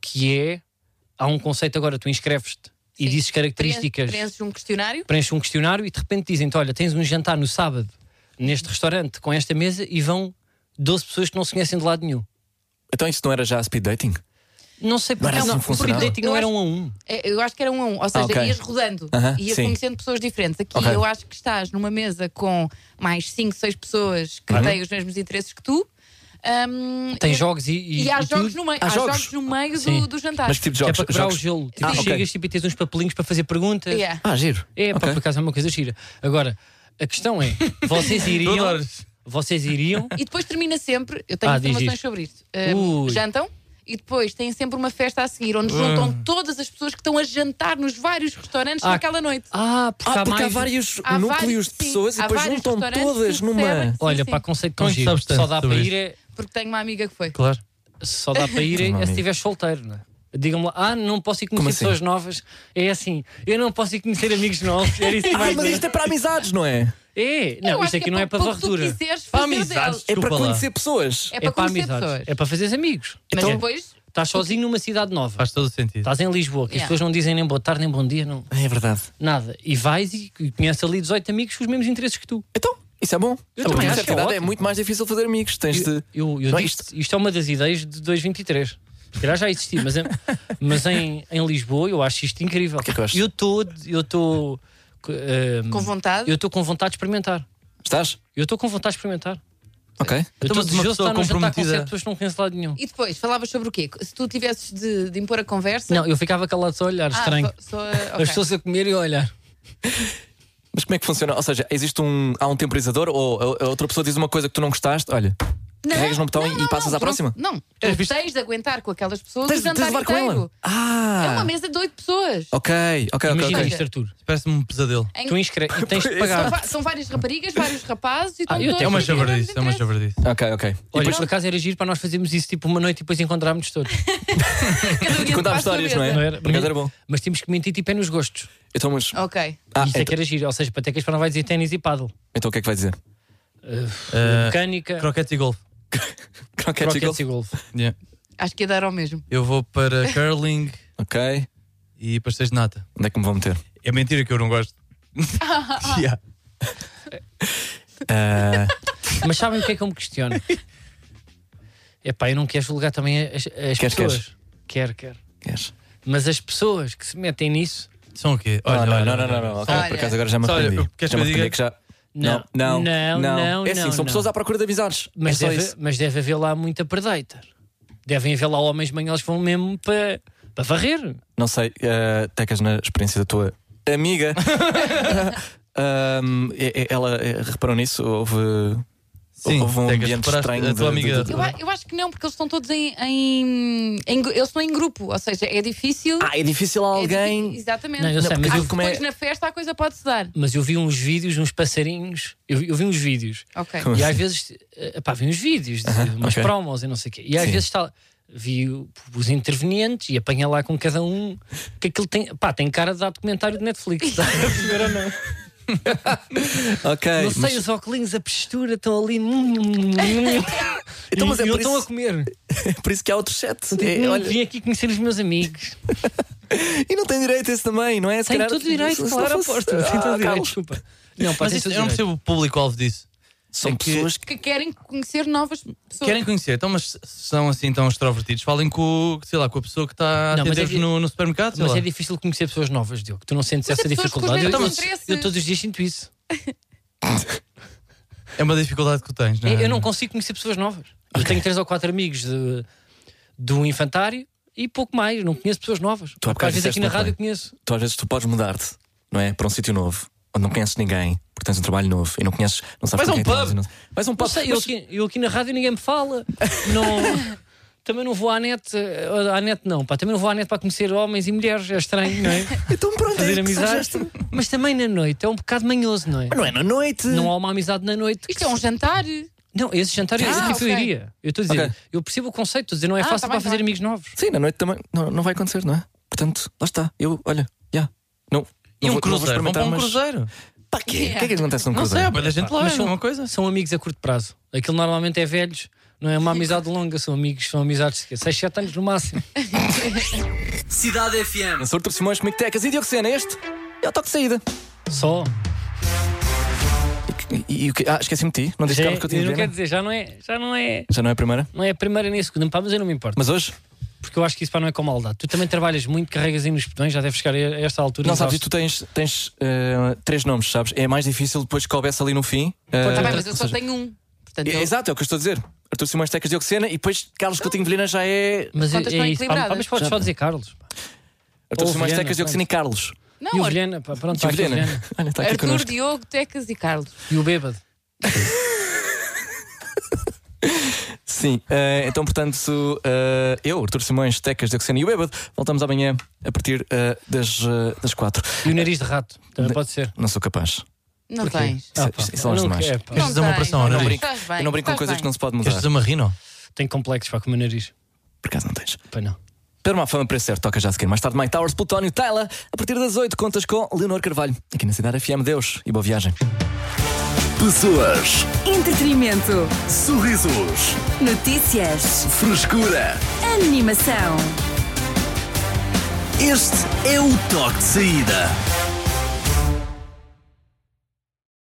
[SPEAKER 6] que é há um conceito agora, tu inscreves-te e
[SPEAKER 4] Sim.
[SPEAKER 6] dizes características, preenches
[SPEAKER 4] Preenches um questionário.
[SPEAKER 6] um questionário e de repente dizem-te: olha, tens um jantar no sábado neste restaurante com esta mesa e vão 12 pessoas que não se conhecem de lado nenhum.
[SPEAKER 3] Então isso não era já speed dating?
[SPEAKER 6] Não sei
[SPEAKER 3] Mas
[SPEAKER 6] porque
[SPEAKER 3] assim
[SPEAKER 6] não, porque
[SPEAKER 3] funcionava?
[SPEAKER 6] dating
[SPEAKER 4] é um Eu acho-
[SPEAKER 6] não era um a um.
[SPEAKER 4] É, Eu acho que era um a um, ou seja,
[SPEAKER 3] Ah, ok.
[SPEAKER 4] ias rodando,
[SPEAKER 3] Aham,
[SPEAKER 4] ias
[SPEAKER 3] sim.
[SPEAKER 4] conhecendo pessoas diferentes. Aqui
[SPEAKER 3] Ok.
[SPEAKER 4] eu acho que estás numa mesa com mais 5, 6 pessoas
[SPEAKER 3] Uhum.
[SPEAKER 4] que têm os mesmos interesses que tu. Ahm,
[SPEAKER 6] Tem
[SPEAKER 4] e,
[SPEAKER 6] jogos e. e-
[SPEAKER 4] e há
[SPEAKER 6] e
[SPEAKER 4] jogos
[SPEAKER 6] tudo,
[SPEAKER 4] no meio,
[SPEAKER 3] Há
[SPEAKER 4] há
[SPEAKER 3] jogos?
[SPEAKER 4] jogos no meio
[SPEAKER 6] Ah, Sim.
[SPEAKER 4] do, do jantar.
[SPEAKER 3] Mas que tipo de
[SPEAKER 6] que é
[SPEAKER 3] jogos?
[SPEAKER 6] para quebrar
[SPEAKER 3] Jogos-
[SPEAKER 6] o gelo. Tipo,
[SPEAKER 3] Ah, ok.
[SPEAKER 6] chegas tipo, e tens uns papelinhos para fazer perguntas.
[SPEAKER 4] Yeah.
[SPEAKER 3] Ah, giro.
[SPEAKER 6] É, pá,
[SPEAKER 3] Ok.
[SPEAKER 6] por acaso é uma coisa gira. Agora, a questão é: vocês
[SPEAKER 5] Eu
[SPEAKER 6] iriam.
[SPEAKER 5] adoro.
[SPEAKER 6] vocês iriam.
[SPEAKER 4] E depois termina sempre, eu tenho
[SPEAKER 6] Ah, diz
[SPEAKER 4] informações
[SPEAKER 6] isto.
[SPEAKER 4] sobre isto. Ahm,
[SPEAKER 6] Ui. Ah.
[SPEAKER 4] jantam e depois têm sempre uma festa a seguir, onde juntam todas as pessoas que estão a jantar nos vários restaurantes
[SPEAKER 6] Ah,
[SPEAKER 4] naquela noite.
[SPEAKER 6] Ah, porque,
[SPEAKER 3] Ah,
[SPEAKER 6] há,
[SPEAKER 3] porque há
[SPEAKER 6] mais...
[SPEAKER 3] vários
[SPEAKER 4] Há
[SPEAKER 3] núcleos
[SPEAKER 4] vários-
[SPEAKER 3] de
[SPEAKER 4] sim,
[SPEAKER 3] pessoas e
[SPEAKER 4] há
[SPEAKER 3] depois
[SPEAKER 4] vários
[SPEAKER 3] juntam
[SPEAKER 4] restaurantes
[SPEAKER 3] todas
[SPEAKER 4] que
[SPEAKER 3] numa.
[SPEAKER 4] recebem.
[SPEAKER 6] Olha,
[SPEAKER 4] Sim,
[SPEAKER 6] para
[SPEAKER 4] sim.
[SPEAKER 6] conceito tão
[SPEAKER 5] Com que
[SPEAKER 6] giro.
[SPEAKER 5] substância
[SPEAKER 6] Só dá para
[SPEAKER 5] sobre
[SPEAKER 6] ir é.
[SPEAKER 4] Porque tenho uma amiga que foi.
[SPEAKER 5] Claro.
[SPEAKER 6] Só dá para ir é,
[SPEAKER 3] Não,
[SPEAKER 6] é se
[SPEAKER 3] amigo.
[SPEAKER 6] estiver solteiro, não é? Digam-me lá, ah, não posso ir
[SPEAKER 3] Como
[SPEAKER 6] conhecer
[SPEAKER 3] assim?
[SPEAKER 6] pessoas novas. É assim, eu não posso ir conhecer amigos novos. Era isso que
[SPEAKER 3] Ah,
[SPEAKER 6] vai
[SPEAKER 3] mas
[SPEAKER 6] dizer.
[SPEAKER 3] isto é para amizades, não é?
[SPEAKER 6] É, não,
[SPEAKER 4] Eu
[SPEAKER 6] isto
[SPEAKER 4] acho
[SPEAKER 6] aqui
[SPEAKER 4] que é
[SPEAKER 6] não é para
[SPEAKER 4] para o que tu
[SPEAKER 6] varredura.
[SPEAKER 4] quiseres
[SPEAKER 5] Para
[SPEAKER 4] fazer
[SPEAKER 5] amizades.
[SPEAKER 4] deles.
[SPEAKER 3] É para
[SPEAKER 5] Desculpa lá.
[SPEAKER 3] conhecer pessoas.
[SPEAKER 4] É
[SPEAKER 6] É
[SPEAKER 4] para
[SPEAKER 6] para
[SPEAKER 4] conhecer
[SPEAKER 6] amizades.
[SPEAKER 4] pessoas.
[SPEAKER 6] É para fazeres amigos.
[SPEAKER 4] Mas
[SPEAKER 5] Então-
[SPEAKER 4] depois
[SPEAKER 6] Estás sozinho numa cidade nova.
[SPEAKER 5] Faz todo o sentido.
[SPEAKER 6] Estás em Lisboa, que
[SPEAKER 4] Yeah.
[SPEAKER 6] as pessoas não dizem nem boa tarde, nem bom dia, não,
[SPEAKER 3] É verdade.
[SPEAKER 6] nada. E vais e e conheces ali 18 amigos com os mesmos interesses que tu.
[SPEAKER 3] Então, isso é bom.
[SPEAKER 6] Eu
[SPEAKER 3] A partir
[SPEAKER 6] também
[SPEAKER 3] de
[SPEAKER 6] acho
[SPEAKER 3] certa
[SPEAKER 6] que é
[SPEAKER 3] idade é
[SPEAKER 6] ótimo.
[SPEAKER 3] muito mais difícil fazer amigos. Tens de.
[SPEAKER 6] Eu, eu
[SPEAKER 3] Não é
[SPEAKER 6] digo-te,
[SPEAKER 3] isto?
[SPEAKER 6] isto. é uma das ideias de 2023. Se calhar já existia, mas, em, (laughs) mas em, em Lisboa eu acho isto incrível.
[SPEAKER 3] que é que eu acho?
[SPEAKER 6] estou. Eu estou.
[SPEAKER 4] com vontade.
[SPEAKER 6] hum. Eu estou com vontade de experimentar.
[SPEAKER 3] Estás?
[SPEAKER 6] Eu estou com vontade de experimentar.
[SPEAKER 3] Ok.
[SPEAKER 6] Eu
[SPEAKER 5] Então, mas
[SPEAKER 6] estou
[SPEAKER 5] uma
[SPEAKER 6] desejoso de
[SPEAKER 5] pessoa
[SPEAKER 6] estar num jantar com
[SPEAKER 5] comprometida-
[SPEAKER 6] sete pessoas que não conheço de lado nenhum.
[SPEAKER 4] E depois, falavas sobre o quê? Se tu tivesses de, de impor a conversa.
[SPEAKER 6] Não, eu ficava calado só a olhar,
[SPEAKER 4] Ah,
[SPEAKER 6] estranho.
[SPEAKER 4] só- só-
[SPEAKER 6] As
[SPEAKER 4] ok.
[SPEAKER 6] pessoas a comer e a olhar.
[SPEAKER 3] Mas como é que funciona? Ou seja, existe um. Há um temporizador ou a- a outra pessoa diz uma coisa que tu não gostaste? Olha, carregas num botão e- e passas à
[SPEAKER 4] tu
[SPEAKER 3] próxima?
[SPEAKER 4] Não, não.
[SPEAKER 5] É,
[SPEAKER 4] tu
[SPEAKER 5] viste-
[SPEAKER 4] tens de aguentar com aquelas pessoas
[SPEAKER 3] tens
[SPEAKER 4] o
[SPEAKER 3] tens de
[SPEAKER 4] jantar
[SPEAKER 3] levar com
[SPEAKER 4] inteiro.
[SPEAKER 3] ela. Ah!
[SPEAKER 4] É uma mesa de oito pessoas.
[SPEAKER 3] Ok, ok, ok.
[SPEAKER 6] Imagina
[SPEAKER 3] ok.
[SPEAKER 6] isto, Arthur.
[SPEAKER 5] Parece-me um pesadelo.
[SPEAKER 4] Em-
[SPEAKER 6] Tu inscreves e tens de
[SPEAKER 4] são,
[SPEAKER 6] pagar.
[SPEAKER 4] va- são várias raparigas, vários rapazes e
[SPEAKER 6] Ah,
[SPEAKER 4] estão
[SPEAKER 6] eu
[SPEAKER 4] todos
[SPEAKER 5] É uma
[SPEAKER 4] a ter
[SPEAKER 5] javardice, é uma
[SPEAKER 4] interesse.
[SPEAKER 5] javardice.
[SPEAKER 3] Ok, ok. E
[SPEAKER 6] Olha,
[SPEAKER 3] depois
[SPEAKER 6] por acaso era giro para nós fazermos isso tipo uma noite e depois encontrarmos todos.
[SPEAKER 4] Cada um
[SPEAKER 3] contava
[SPEAKER 4] faz a sua
[SPEAKER 3] histórias, não é?
[SPEAKER 4] mesa.
[SPEAKER 3] Por acaso era bom.
[SPEAKER 6] Mas tínhamos que mentir tipo é nos gostos.
[SPEAKER 3] Então, mas.
[SPEAKER 4] Ok.
[SPEAKER 3] Ah,
[SPEAKER 6] Isso é que
[SPEAKER 3] então,
[SPEAKER 6] era giro. Ou seja, patecas para não vai dizer ténis e paddle.
[SPEAKER 3] então o que é que vai dizer? (laughs)
[SPEAKER 5] Ah,
[SPEAKER 6] Mecânica,
[SPEAKER 5] Croquete e golfe.
[SPEAKER 3] Croquete Eh, e
[SPEAKER 6] croquetes
[SPEAKER 3] golfe.
[SPEAKER 6] e golfe.
[SPEAKER 5] Yeah.
[SPEAKER 4] Acho que ia dar ao mesmo.
[SPEAKER 5] Eu vou para curling
[SPEAKER 3] Ok.
[SPEAKER 5] e pastéis de nata.
[SPEAKER 3] Onde é que me vou meter?
[SPEAKER 5] É mentira que eu não gosto. Yeah.
[SPEAKER 3] Ah,
[SPEAKER 6] Mas sabem o que é que eu me questiono?
[SPEAKER 3] (laughs)
[SPEAKER 6] Epá, eu não quero julgar também as, as
[SPEAKER 3] Queres,
[SPEAKER 6] pessoas. Quero, quero.
[SPEAKER 3] queres?
[SPEAKER 6] Mas as pessoas que se metem nisso.
[SPEAKER 5] São o quê?
[SPEAKER 3] Ah, Não, não, não, não, não, não. Ok,
[SPEAKER 4] Olha.
[SPEAKER 3] por acaso agora já me
[SPEAKER 5] Olha,
[SPEAKER 3] arrependi.
[SPEAKER 5] queres
[SPEAKER 3] Já me
[SPEAKER 5] que eu diga?
[SPEAKER 3] arrependi que já.
[SPEAKER 6] Não.
[SPEAKER 3] não,
[SPEAKER 6] Não, não,
[SPEAKER 3] É assim,
[SPEAKER 6] não,
[SPEAKER 3] são
[SPEAKER 6] não.
[SPEAKER 3] pessoas à procura de amizades.
[SPEAKER 6] Mas,
[SPEAKER 3] é só
[SPEAKER 6] deve,
[SPEAKER 3] isso.
[SPEAKER 6] mas deve haver lá muita predator. Devem haver lá homens manhosos que vão mesmo para, para varrer.
[SPEAKER 3] Não sei, eh, Tecas, na experiência da tua
[SPEAKER 6] (laughs)
[SPEAKER 3] amiga, ahm, é- é- ela é, reparou nisso? Houve,
[SPEAKER 5] Sim,
[SPEAKER 3] houve um
[SPEAKER 5] Tecas,
[SPEAKER 3] ambiente
[SPEAKER 5] reparaste,
[SPEAKER 3] estranho
[SPEAKER 5] a
[SPEAKER 3] de-
[SPEAKER 5] tua
[SPEAKER 3] de-
[SPEAKER 5] amiga-
[SPEAKER 3] de-
[SPEAKER 4] Eu, a- eu acho que não, porque eles estão todos em, em- em gru- Eles estão em grupo, ou seja, é difícil.
[SPEAKER 3] Ah, é difícil a
[SPEAKER 4] é
[SPEAKER 3] alguém.
[SPEAKER 4] difícil- exatamente.
[SPEAKER 6] Não, eu sei, mas
[SPEAKER 4] Acho
[SPEAKER 6] eu-
[SPEAKER 4] que
[SPEAKER 3] como é-
[SPEAKER 4] depois na festa a coisa pode-se dar.
[SPEAKER 6] Mas eu vi uns vídeos, uns passarinhos. Eu, vi- eu vi uns vídeos.
[SPEAKER 4] Ok.
[SPEAKER 3] Como (laughs)
[SPEAKER 6] E
[SPEAKER 3] assim?
[SPEAKER 6] às vezes, eh, pá, vi uns vídeos, de umas
[SPEAKER 3] ok.
[SPEAKER 6] promos e não sei o quê. E às
[SPEAKER 3] Sim.
[SPEAKER 6] vezes está, vi o- os intervenientes e apanha lá com cada um que aquilo tem, pá, tem cara de dar documentário de
[SPEAKER 3] (laughs)
[SPEAKER 6] Netflix. estás a perceber ou não?
[SPEAKER 3] Ok,
[SPEAKER 6] não sei,
[SPEAKER 3] mas-
[SPEAKER 6] os óculos, a postura, estão ali.
[SPEAKER 3] Então, (laughs)
[SPEAKER 6] então,
[SPEAKER 3] mas
[SPEAKER 6] mas
[SPEAKER 3] é
[SPEAKER 6] não
[SPEAKER 3] por
[SPEAKER 6] estão
[SPEAKER 3] isso-
[SPEAKER 6] a comer.
[SPEAKER 3] é por isso que há outro chat. É,
[SPEAKER 6] Hum,
[SPEAKER 3] olha,
[SPEAKER 6] Vim aqui conhecer os meus amigos.
[SPEAKER 3] e não tem direito esse também, não é? Se
[SPEAKER 6] Tem
[SPEAKER 3] calhar-
[SPEAKER 6] todo o
[SPEAKER 3] se
[SPEAKER 6] direito,
[SPEAKER 3] não
[SPEAKER 6] claro,
[SPEAKER 3] fosse-
[SPEAKER 6] aposto.
[SPEAKER 3] Ah,
[SPEAKER 6] Tem todo o direito,
[SPEAKER 3] Carlos,
[SPEAKER 6] desculpa. Não, pá,
[SPEAKER 5] Mas
[SPEAKER 6] tem
[SPEAKER 5] isto-
[SPEAKER 6] todo o
[SPEAKER 5] eu não
[SPEAKER 6] direito.
[SPEAKER 5] percebo o público-alvo disso.
[SPEAKER 3] São
[SPEAKER 5] É que-
[SPEAKER 3] pessoas
[SPEAKER 4] Que querem conhecer novas pessoas.
[SPEAKER 5] Querem conhecer, então, mas se são assim tão extrovertidos, falem com, o- sei lá, com a pessoa que está a
[SPEAKER 6] Não, mas
[SPEAKER 5] atender-vos
[SPEAKER 6] é-
[SPEAKER 5] no, no supermercado. sei
[SPEAKER 6] Mas
[SPEAKER 5] lá.
[SPEAKER 6] é difícil conhecer pessoas novas, Diogo. Tu não sentes
[SPEAKER 4] Mas é
[SPEAKER 6] essa
[SPEAKER 4] pessoas com os
[SPEAKER 6] dificuldade. Eu,
[SPEAKER 4] mesmos
[SPEAKER 6] Então,
[SPEAKER 4] interesses.
[SPEAKER 6] eu todos os dias sinto isso.
[SPEAKER 5] É uma dificuldade que tu tens, não
[SPEAKER 6] Eu-
[SPEAKER 5] é?
[SPEAKER 3] Ah.
[SPEAKER 6] Eu não consigo conhecer pessoas novas. Eu tenho três ou quatro amigos de, do infantário e pouco mais. Não conheço pessoas novas.
[SPEAKER 3] Tu há
[SPEAKER 6] Porque
[SPEAKER 3] bocado
[SPEAKER 6] às vezes aqui
[SPEAKER 3] disseste
[SPEAKER 6] na
[SPEAKER 3] uma
[SPEAKER 6] rádio
[SPEAKER 3] coisa.
[SPEAKER 6] conheço.
[SPEAKER 3] tu às vezes tu podes mudar-te, não é? Para um sítio novo, onde não conheces ninguém, porque tens um trabalho novo e não conheces, não sabes
[SPEAKER 5] Vais a
[SPEAKER 3] com
[SPEAKER 5] um
[SPEAKER 3] quem
[SPEAKER 5] pub.
[SPEAKER 3] estás e Não... Vais a um pub.
[SPEAKER 6] Não sei, eu
[SPEAKER 3] mas-
[SPEAKER 6] aqui, eu aqui na rádio ninguém me fala.
[SPEAKER 3] (laughs)
[SPEAKER 6] Não- também não vou à net. eh, À net não, pá. Também não vou à net para conhecer homens e mulheres. É estranho,
[SPEAKER 3] (laughs)
[SPEAKER 6] não é?
[SPEAKER 3] Então pronto, é
[SPEAKER 6] Fazer
[SPEAKER 3] que
[SPEAKER 6] amizades.
[SPEAKER 3] seja esta-
[SPEAKER 6] Mas também na noite é um bocado manhoso, não é?
[SPEAKER 3] Não é na noite.
[SPEAKER 6] Não há uma amizade na noite. que
[SPEAKER 4] Isto é um
[SPEAKER 6] se-
[SPEAKER 4] jantar.
[SPEAKER 6] Não, esse jantar é
[SPEAKER 4] Ah,
[SPEAKER 6] assim que eu
[SPEAKER 4] ok.
[SPEAKER 6] iria. Eu estou a dizer,
[SPEAKER 3] Ok.
[SPEAKER 6] eu percebo o conceito, estou a dizer, não é
[SPEAKER 4] Ah,
[SPEAKER 6] fácil
[SPEAKER 4] tá bem,
[SPEAKER 6] para
[SPEAKER 4] tá
[SPEAKER 6] fazer
[SPEAKER 4] bem.
[SPEAKER 6] amigos novos.
[SPEAKER 3] Sim, na noite também não, não vai acontecer, não é? Portanto, lá está. Eu, olha, já. Não.
[SPEAKER 5] E
[SPEAKER 3] não vou- não
[SPEAKER 5] um
[SPEAKER 3] vou
[SPEAKER 5] cruzeiro, vão para
[SPEAKER 3] experimentar,
[SPEAKER 5] um
[SPEAKER 3] mas-
[SPEAKER 5] cruzeiro.
[SPEAKER 3] Pá, quê? O que é que acontece num
[SPEAKER 5] Não sei,
[SPEAKER 3] cruzeiro?
[SPEAKER 5] mas a gente
[SPEAKER 6] Pá,
[SPEAKER 5] lá,
[SPEAKER 6] mas
[SPEAKER 5] é
[SPEAKER 6] são-
[SPEAKER 5] uma coisa.
[SPEAKER 6] São amigos a curto prazo. Aquilo normalmente é velhos, não é uma amizade longa, são amigos, são amizades de 6, 7 anos
[SPEAKER 3] (laughs)
[SPEAKER 6] no máximo.
[SPEAKER 1] Cidade FM.
[SPEAKER 3] Eu sou Artur Simões, comigo Tecas e Diocena. Este é o toque de saída.
[SPEAKER 6] Só.
[SPEAKER 3] E, e- e o que- ah, esqueci-me de ti. Não disse
[SPEAKER 6] Já, é,
[SPEAKER 3] Carlos que eu né? tinha
[SPEAKER 6] eu
[SPEAKER 3] de
[SPEAKER 6] não
[SPEAKER 3] ver,
[SPEAKER 6] quero
[SPEAKER 3] não?
[SPEAKER 6] dizer, já não é, já não é,
[SPEAKER 3] Já não é a primeira?
[SPEAKER 6] não é a primeira nem a segunda, pá, mas eu não me importo.
[SPEAKER 3] Mas hoje?
[SPEAKER 6] Porque eu acho que isso pá, não é com maldade. Tu também trabalhas muito, carregas aí nos botões, já deves chegar a esta altura.
[SPEAKER 3] Não,
[SPEAKER 6] exausto.
[SPEAKER 3] sabes, e tu tens, tens eh, três nomes, sabes? É mais difícil depois que houvesse ali no fim. eh,
[SPEAKER 4] Está bem, mas eu
[SPEAKER 3] ou
[SPEAKER 4] só
[SPEAKER 3] seja,
[SPEAKER 4] tenho um. Portanto,
[SPEAKER 3] É,
[SPEAKER 4] eu-
[SPEAKER 3] Exato, é o que eu estou a dizer. Artur Simões Tecas Diocena e depois Carlos Coutinho Vilhena já é
[SPEAKER 6] Mas é,
[SPEAKER 4] Contas não
[SPEAKER 6] é isso, pá,
[SPEAKER 4] equilibradas.
[SPEAKER 6] pá, mas podes só dizer
[SPEAKER 3] tá.
[SPEAKER 6] Carlos. pá.
[SPEAKER 3] Artur
[SPEAKER 6] Ou
[SPEAKER 3] Simões
[SPEAKER 6] Vilhena,
[SPEAKER 3] Tecas Diocena e Carlos.
[SPEAKER 6] e o
[SPEAKER 4] Não,
[SPEAKER 6] Vilhena, pá, pronto,
[SPEAKER 3] E
[SPEAKER 6] está
[SPEAKER 3] o
[SPEAKER 6] aqui o
[SPEAKER 3] Vilhena.
[SPEAKER 6] Vilhena.
[SPEAKER 3] Olha, está aqui
[SPEAKER 4] Arthur,
[SPEAKER 3] connosco.
[SPEAKER 4] Diogo, Tecas e Carlos.
[SPEAKER 6] E o Bêbado.
[SPEAKER 3] Sim, eh, então portanto eh, eu, Artur Simões Tecas Diocena e o Bêbado voltamos amanhã a partir eh, das, eh, das quatro.
[SPEAKER 6] E o Nariz de Rato, também pode ser.
[SPEAKER 3] Não sou capaz.
[SPEAKER 4] Não tens.
[SPEAKER 3] Isso- isso- isso são os
[SPEAKER 6] não
[SPEAKER 3] demais.
[SPEAKER 6] quero, pá.
[SPEAKER 5] Queres fazer uma
[SPEAKER 4] tens,
[SPEAKER 5] operação,
[SPEAKER 4] não
[SPEAKER 5] não
[SPEAKER 4] tens.
[SPEAKER 5] brinco?
[SPEAKER 4] Estás bem,
[SPEAKER 3] eu não brinco com
[SPEAKER 4] estás
[SPEAKER 3] coisas
[SPEAKER 4] bem.
[SPEAKER 3] que não se pode mudar.
[SPEAKER 5] Queres fazer uma rino?
[SPEAKER 6] Tenho complexos para com o meu nariz.
[SPEAKER 3] Por acaso não tens.
[SPEAKER 6] Pá, não.
[SPEAKER 3] Para uma fama para certo, toca já a seguir. Mais tarde, Mike Towers, Plutónio, Tyler. A partir das oito contas com Leonor Carvalho. Aqui na Cidade FM. Deus e boa viagem.
[SPEAKER 7] Pessoas,
[SPEAKER 2] Entretenimento.
[SPEAKER 7] sorrisos,
[SPEAKER 2] Notícias.
[SPEAKER 7] frescura.
[SPEAKER 2] Animação.
[SPEAKER 7] Este é o toque de saída.